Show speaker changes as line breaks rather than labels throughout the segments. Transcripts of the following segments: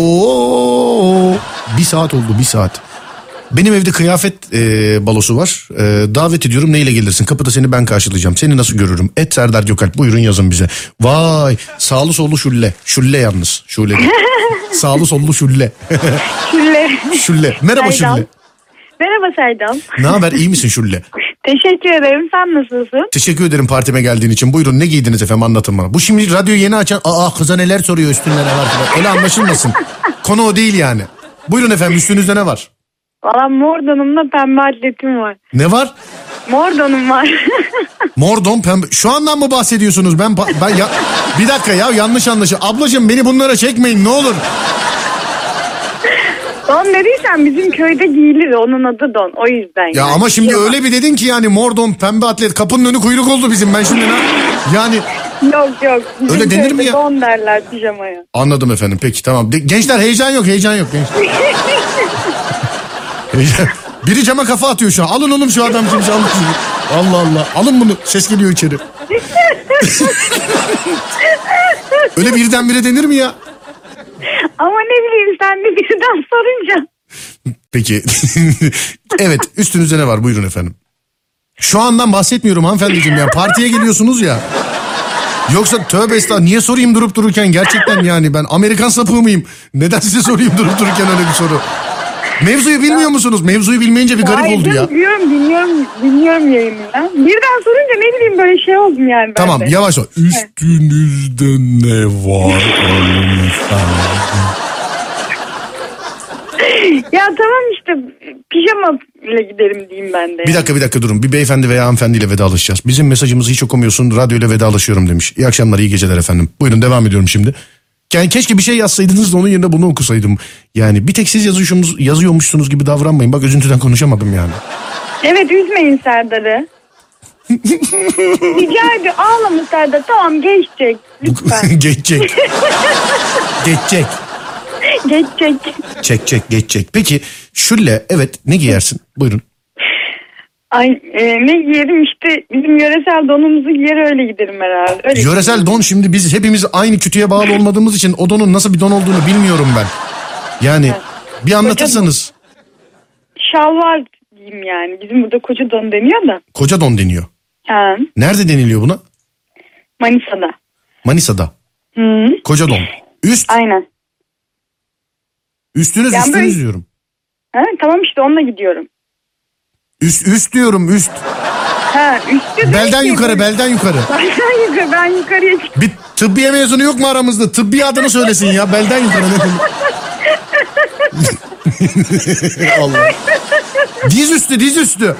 Oo. Bir saat oldu bir saat. Benim evde kıyafet e, balosu var. E, davet ediyorum neyle gelirsin? Kapıda seni ben karşılayacağım. Seni nasıl görürüm? Et Serdar Gökalp buyurun yazın bize. Vay sağlı sollu şülle. Şülle yalnız. Şülle. değil. sağlı sollu şülle.
Şülle.
şülle. Merhaba
Serdal.
şülle.
Merhaba Serdal.
Ne haber iyi misin şülle?
Teşekkür ederim. Sen nasılsın?
Teşekkür ederim partime geldiğin için. Buyurun ne giydiniz efendim anlatın bana. Bu şimdi radyo yeni açan aa kıza neler soruyor üstünde ne var falan. Öyle anlaşılmasın. Konu o değil yani. Buyurun efendim üstünüzde ne var?
Valla mor donumla pembe atletim var.
Ne var?
Mor donum var.
Mordon pembe. Şu andan mı bahsediyorsunuz? Ben pa- ben ya bir dakika ya yanlış anlaşı. Ablacığım beni bunlara çekmeyin ne olur.
don dediysen bizim köyde giyilir. Onun adı don. O yüzden.
Ya
yani.
ama şimdi
Yok,
öyle bir dedin ki yani Mordon pembe atlet kapının önü kuyruk oldu bizim. Ben şimdi ne yani
Yok yok. Bizim
Öyle denir mi
köyde
ya?
Don derler pijamaya.
anladım efendim. Peki tamam. De- gençler heyecan yok, heyecan yok gençler. Heyecan- Biri cama kafa atıyor şu an. Alın oğlum şu adam kimse alın. şunu. Allah Allah. Alın bunu. Ses geliyor içeri. Öyle birdenbire denir mi ya?
ama ne bileyim sen de birden sorunca.
Peki. evet üstünüzde ne var buyurun efendim. Şu andan bahsetmiyorum hanımefendiciğim ya. Partiye geliyorsunuz ya. Yoksa tövbe estağfurullah niye sorayım durup dururken gerçekten yani ben Amerikan sapığı mıyım? Neden size sorayım durup dururken öyle bir soru? Mevzuyu bilmiyor musunuz? Mevzuyu bilmeyince bir garip
Ay,
oldu ya.
canım, Biliyorum dinliyorum, dinliyorum yayını ya. Birden sorunca ne bileyim böyle şey oldum yani. ben
Tamam
de.
yavaş ol. Üstünüzde ne var?
Ya tamam işte pijama ile gidelim diyeyim ben de.
bir dakika bir dakika durun. Bir beyefendi veya hanımefendiyle vedalaşacağız. Bizim mesajımızı hiç okumuyorsun. Radyoyla vedalaşıyorum demiş. İyi akşamlar iyi geceler efendim. Buyurun devam ediyorum şimdi. Yani keşke bir şey yazsaydınız da onun yerine bunu okusaydım. Yani bir tek siz yazışımız, yazıyormuşsunuz gibi davranmayın. Bak üzüntüden konuşamadım yani.
Evet üzmeyin Serdar'ı. Rica ediyorum ağlama Serdar tamam geçecek lütfen
geçecek. geçecek.
geçecek.
Çek çek geçecek. Peki şülle evet ne giyersin? Buyurun.
Ay e, ne giyerim işte bizim yöresel donumuzu giyer öyle giderim herhalde. Öyle
Yöresel don şimdi biz hepimiz aynı kütüye bağlı olmadığımız için o donun nasıl bir don olduğunu bilmiyorum ben. Yani bir anlatırsanız
Şalvar diyeyim yani bizim burada koca don deniyor da.
koca don deniyor.
Ha,
Nerede deniliyor buna?
Manisa'da.
Manisa'da.
Hı,
Koca don. Üst,
aynen.
üstünüz
Yani
üstünüz
böyle-
diyorum.
Ha, tamam işte onunla gidiyorum.
Üst, üst diyorum üst.
Ha, üstü de-
Belden yukarı belden yukarı.
Belden yukarı ben yukarıya çık-
Bir tıbbiye mezunu yok mu aramızda? Tıbbi adını söylesin ya belden yukarı. ne demek? Allah. Diz üstü diz üstü.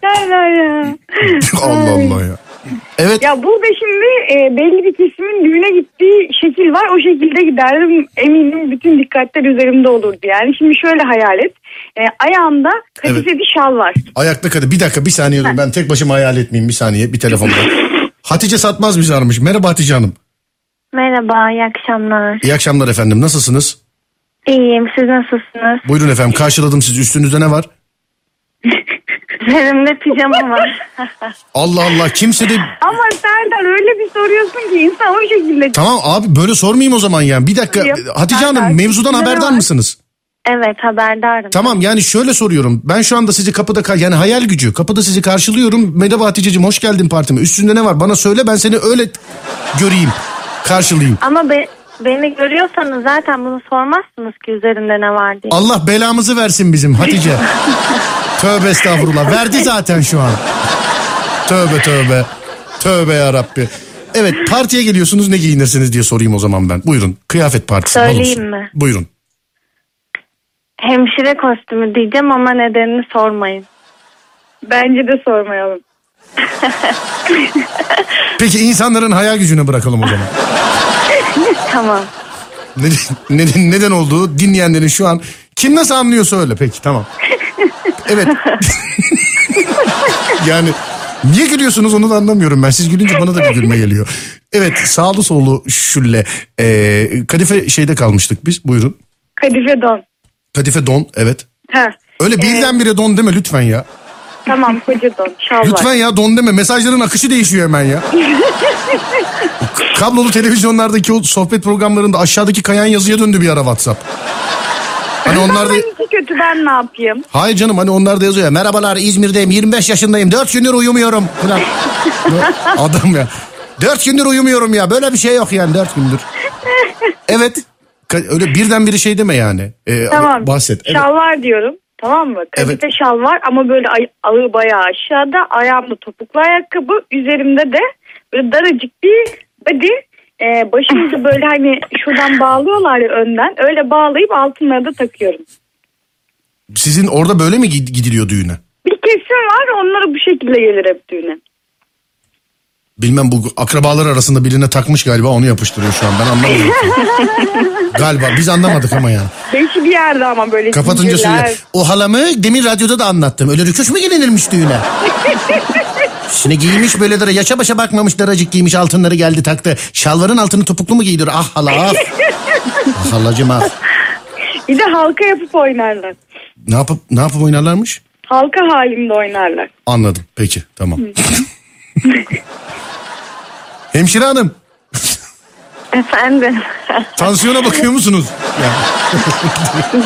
Serdar ya.
Allah Allah ya. Evet
Ya burada şimdi e, belli bir kesimin düğüne gittiği şekil var. O şekilde giderdim eminim bütün dikkatler üzerimde olurdu. Yani şimdi şöyle hayal et. E, ayağımda kadife bir şal var.
ayakta kadın. Bir dakika bir saniye dur ben tek başıma hayal etmeyeyim bir saniye bir telefonda. Hatice Satmaz bizi aramış. Merhaba Hatice Hanım.
Merhaba, iyi akşamlar.
İyi akşamlar efendim. Nasılsınız?
İyiyim, siz nasılsınız?
Buyurun efendim karşıladım siz. Üstünüzde ne var?
Üzerimde pijama var.
Allah Allah kimse de
Ama Serdar öyle bir soruyorsun ki insan o şekilde.
Tamam abi böyle sormayayım o zaman yani. Bir dakika
Yok,
Hatice
ben-
Hanım
ben-
mevzudan
Sizde ne
haberdar
var?
mısınız?
evet, haberdarım.
Tamam yani şöyle soruyorum. Ben şu anda sizi kapıda ka- yani hayal gücü kapıda sizi karşılıyorum. Merhaba Hatice'cim hoş geldin partime. Üstünde ne var bana söyle ben seni öyle göreyim karşılayayım.
Ama be- beni görüyorsanız zaten bunu sormazsınız ki üzerinde ne var diye.
Allah belamızı versin bizim Hatice. tövbe estağfurullah. Verdi zaten şu an. Tövbe tövbe. Tövbe ya Rabbi. Evet partiye geliyorsunuz ne giyinirsiniz diye sorayım o zaman ben. Buyurun kıyafet partisi.
Söyleyeyim
balosu.
mi?
Buyurun.
Hemşire kostümü diyeceğim ama nedenini sormayın.
Bence de sormayalım.
Peki insanların hayal gücüne bırakalım o zaman.
Tamam.
Neden, neden, neden olduğu dinleyenlerin şu an kim nasıl anlıyorsa öyle peki tamam. Evet. yani niye gülüyorsunuz onu da anlamıyorum ben. Siz gülünce bana da bir gülme geliyor. Evet sağlı sollu şülle. Ee, kadife şeyde kalmıştık biz buyurun.
Kadife don.
Kadife don evet.
Ha.
Öyle birdenbire don deme lütfen ya.
Tamam koca don. Şalvar.
Lütfen ya don deme. Mesajların akışı değişiyor hemen ya. K- Kablolu televizyonlardaki o sohbet programlarında aşağıdaki kayan yazıya döndü bir ara WhatsApp. Hani onlar da...
Hangisi kötü ben ne yapayım?
Hayır canım hani onlar da yazıyor ya. Merhabalar İzmir'deyim 25 yaşındayım 4 gündür uyumuyorum. Falan. Adam ya. 4 gündür uyumuyorum ya böyle bir şey yok yani 4 gündür. Evet. Ka- Öyle birden biri şey deme yani. Ee,
Tamam.
Bahset. Evet.
Şalvar diyorum. Tamam mı? Kalite
Evet.
şalvar ama böyle ay- ağı bayağı aşağıda. Ayağımda topuklu ayakkabı. Üzerimde de böyle daracık bir body. Ee, başımızı böyle hani şuradan bağlıyorlar ya önden. Öyle bağlayıp altınları da takıyorum.
Sizin orada böyle mi gid- gidiliyor düğüne?
Bir kesim var onlara bu şekilde gelir hep düğüne.
Bilmem bu akrabalar arasında birine takmış galiba onu yapıştırıyor şu an ben anlamadım. galiba biz anlamadık ama yani.
Beşi bir yerde ama böyle
Kapatınca
zincirler.
söyle. O halamı demin radyoda da anlattım. Öyle rüküş mü gelinirmiş düğüne? Şimdi giymiş böyle dara yaşa başa bakmamış daracık giymiş altınları geldi taktı. Şalvarın altını topuklu mu giydir? Ah hala ah. ah halacım ah.
Bir de halka yapıp oynarlar.
Ne yapıp, ne yapıp oynarlarmış?
Halka halinde oynarlar.
Anladım peki tamam. Hemşire hanım
Efendim.
tansiyona bakıyor musunuz? Ya.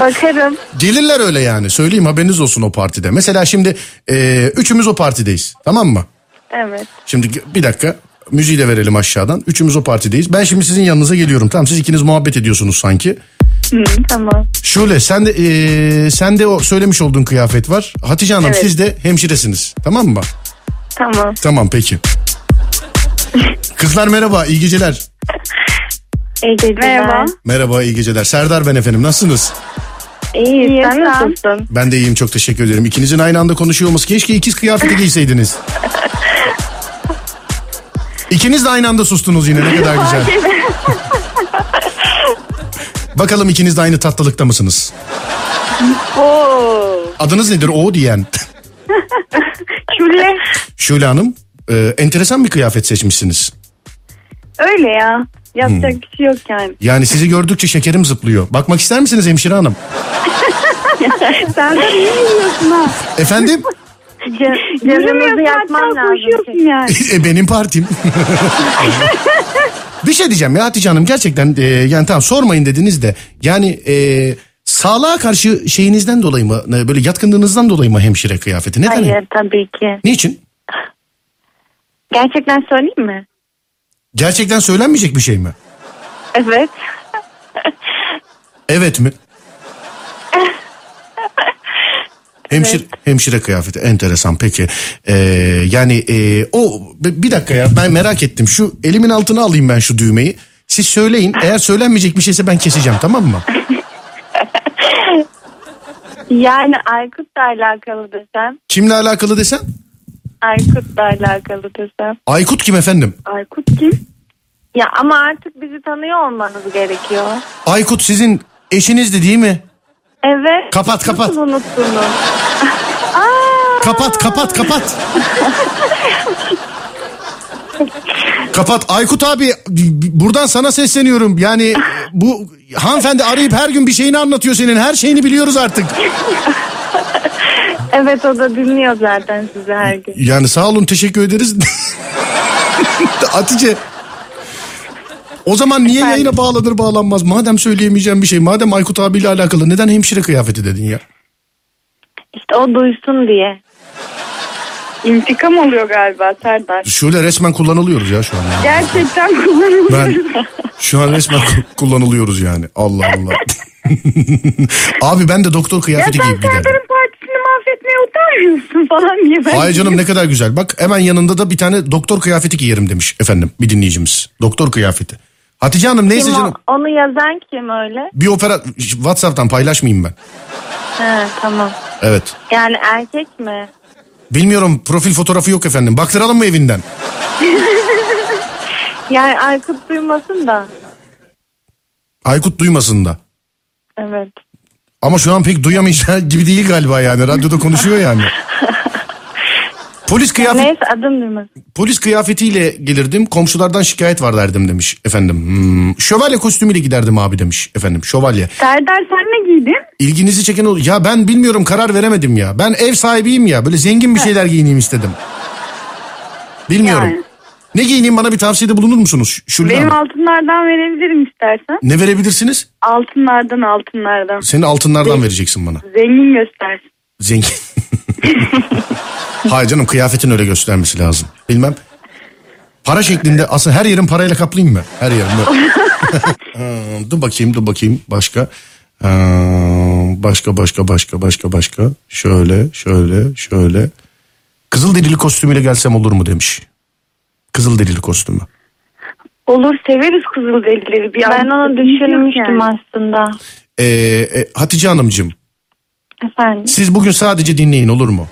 Bakarım.
Gelirler öyle yani söyleyeyim haberiniz olsun o partide. Mesela şimdi e, üçümüz o partideyiz tamam mı?
Evet.
Şimdi bir dakika müziği de verelim aşağıdan. Üçümüz o partideyiz. Ben şimdi sizin yanınıza geliyorum. Tamam siz ikiniz muhabbet ediyorsunuz sanki.
Tamam.
Şöyle sen de eee, sen de o söylemiş olduğun kıyafet var. Hatice Hanım
Evet.
siz de hemşiresiniz. Tamam mı?
Tamam.
Tamam peki. Kızlar merhaba, iyi geceler.
İyi geceler.
Merhaba.
Merhaba, iyi geceler. Serdar ben efendim. Nasılsınız?
İyi,
İyi,
sen
sen?
nasılsın?
Ben de iyiyim, çok teşekkür ederim. İkinizin aynı anda konuşuyor olması. Keşke ikiz kıyafeti giyseydiniz. İkiniz de aynı anda sustunuz yine. Ne kadar güzel. Bakalım ikiniz de aynı tatlılıkta mısınız?
Oo.
Adınız nedir? O diyen.
Şule.
Şule Hanım, e, enteresan bir kıyafet seçmişsiniz.
Öyle ya. Yapacak bir şey yok yani.
Yani sizi gördükçe şekerim zıplıyor. Bakmak ister misiniz hemşire hanım?
Sen de iyi biliyorsun ha.
Efendim?
Canımızı
Yürümüyorsun
yapman
hatta
lazım.
koşuyorsun yani.
E, benim partim. bir şey diyeceğim ya Hatice Hanım gerçekten e, yani tamam sormayın dediniz de yani e, sağlığa karşı şeyinizden dolayı mı e, böyle yatkınlığınızdan dolayı mı hemşire kıyafeti? Neden?
Hayır tabii ki.
Niçin?
Gerçekten söyleyeyim mi?
Gerçekten söylenmeyecek bir şey mi?
Evet.
Evet mi? Hemşire, hemşire kıyafeti enteresan peki. Ee, yani e, o bi- bir dakika ya ben merak ettim. Şu elimin altına alayım ben şu düğmeyi. Siz söyleyin eğer söylenmeyecek bir şeyse ben keseceğim tamam mı?
Yani Aykut'la alakalı desem.
Kimle alakalı desen?
Aykut'la alakalı desem.
Aykut kim efendim?
Aykut kim?
Ya ama artık bizi tanıyor olmanız gerekiyor.
Aykut sizin eşinizdi değil mi?
Evet.
Kapat, kapat.
Nasıl unuttunuz?
Kapat kapat kapat. kapat Aykut abi buradan sana sesleniyorum. Yani bu hanımefendi arayıp her gün bir şeyini anlatıyor senin. Her şeyini biliyoruz artık.
Evet o da dinliyor zaten sizi her gün.
Yani sağ olun teşekkür ederiz. Hatice o zaman niye yayına bağlanır bağlanmaz? Madem söyleyemeyeceğim bir şey, madem Aykut abiyle alakalı neden hemşire kıyafeti dedin ya?
İşte o duysun diye.
İntikam oluyor galiba Serdar.
Şöyle resmen kullanılıyoruz ya şu an. ya.
Gerçekten kullanılıyor.
Ben şu an resmen ku- kullanılıyoruz yani. Allah Allah. Abi ben de doktor
Ya sen
kıyafeti giyip giderdim.
Serdar'ın partisini mahvetmeye utanmıyorsun falan diye ben.
Ay canım ne kadar güzel. Bak hemen yanında da bir tane doktor kıyafeti giyerim demiş efendim bir dinleyicimiz. Doktor kıyafeti. Hatice Hanım neyse
Kim o-
canım.
onu yazan kim öyle?
Bir opera WhatsApp'tan paylaşmayayım ben.
He tamam.
Evet.
Yani erkek mi?
Bilmiyorum profil fotoğrafı yok efendim. Baktıralım mı evinden?
Yani Aykut duymasın da.
Aykut duymasın da.
Evet.
Ama şu an pek duyamayacağı gibi değil galiba yani. Radyoda konuşuyor yani. Polis kıyafet
Neyse adım duymaz.
polis kıyafetiyle gelirdim. Komşulardan şikayet var derdim demiş efendim. Hmm, Şövalye kostümüyle giderdim abi demiş efendim. Şövalye.
Serdar sen ne giydin?
İlginizi çeken ol. Ya ben bilmiyorum karar veremedim ya. Ben ev sahibiyim ya. Böyle zengin bir şeyler giyineyim istedim. Bilmiyorum.
Yani.
Ne giyineyim bana bir tavsiyede bulunur musunuz? Şule
Benim
Hanım?
altınlardan verebilirim istersen.
Ne verebilirsiniz?
Altınlardan altınlardan.
Senin altınlardan vereceksin bana.
Zengin göstersin.
Zengin. Hayır canım kıyafetin öyle göstermesi lazım. Bilmem. Para şeklinde aslında her yerin parayla kaplayayım mı? Her yerim böyle. Hmm, dur bakayım dur bakayım başka. Hmm, başka başka başka başka başka. Şöyle şöyle şöyle. Kızıl derili kostümüyle gelsem olur mu demiş. Kızıl derili kostümü.
Olur severiz kızılderilileri. Bir
Ben
anda
onu
bir şey yok
düşünmüştüm
yani.
aslında.
Ee, e, Hatice Hanımcığım
Efendim.
siz bugün sadece dinleyin olur mu?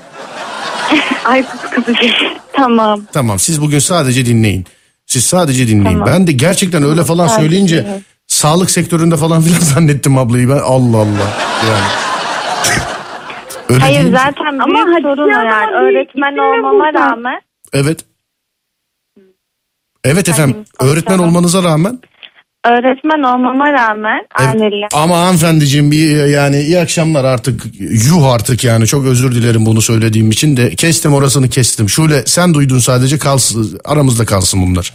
Ay kız kızacak.
Tamam.
Tamam siz bugün sadece dinleyin. Siz sadece dinleyin.
Tamam.
Ben de gerçekten öyle falan
Sadece
söyleyince
dinleyin.
sağlık sektöründe falan filan zannettim ablayı ben. Allah Allah. Yani. öyle
Hayır
değil.
zaten
Ama
büyük
Hatice
sorun o
abla
yani.
büyük
Öğretmen
işlere
olmama
vurdu.
rağmen
Evet. Evet efendim.
konuşalım.
Öğretmen olmanıza rağmen.
öğretmen olmama rağmen
Evet.
aileyle.
Ama hanımefendiciğim bir yani iyi akşamlar artık. Yuh artık yani çok özür dilerim bunu söylediğim için de kestim orasını kestim. Şöyle sen duydun sadece kalsın aramızda kalsın bunlar.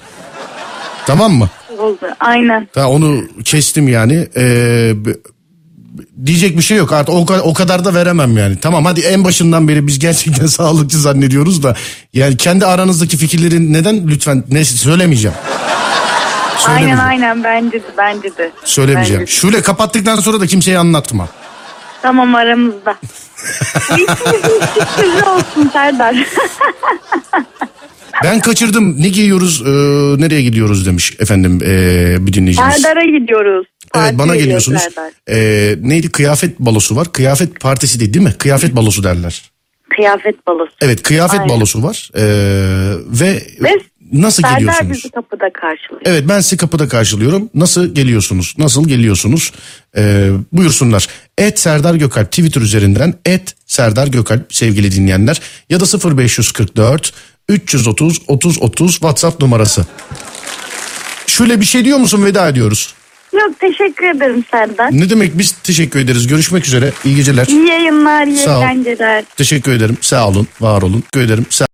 Tamam mı?
Oldu. Aynen.
Ha, onu kestim yani. Ee, b- b- diyecek bir şey yok artık o, ka- o kadar da veremem yani. Tamam hadi en başından beri biz gerçekten sağlıkçı zannediyoruz da yani kendi aranızdaki fikirlerin neden lütfen ne söylemeyeceğim.
Aynen
Söylemeyeceğim.
aynen bence de bence de.
Söylemeyeceğim.
Bence de.
Şöyle kapattıktan sonra da kimseye anlatma.
Tamam aramızda. İkimizin sürprizi olsun Serdar.
Ben kaçırdım. Ne giyiyoruz? ee, nereye gidiyoruz demiş efendim ee, bir dinleyicimiz.
Serdar'a gidiyoruz.
Evet
Partiye
bana
gidiyor
geliyorsunuz.
Serdar.
Ee, neydi kıyafet balosu var. Kıyafet partisi değil, değil mi? Kıyafet balosu derler.
Kıyafet balosu.
Evet kıyafet
Aynen.
balosu var Ee, ve,
Ve
nasıl
Serdar
geliyorsunuz?
bizi kapıda karşılıyor.
Evet ben sizi kapıda karşılıyorum. Nasıl geliyorsunuz? Nasıl geliyorsunuz? Ee, buyursunlar. Et Serdar Gökalp Twitter üzerinden et Serdar Gökalp sevgili dinleyenler ya da 0544 330 30 30 WhatsApp numarası. Şöyle bir şey diyor musun veda ediyoruz.
Yok teşekkür ederim Serdar.
Ne demek biz teşekkür ederiz. Görüşmek üzere. İyi geceler.
İyi yayınlar, iyi
Sağ ol.
eğlenceler.
Teşekkür ederim. Sağ olun. Var olun. Teşekkür ederim. Sağ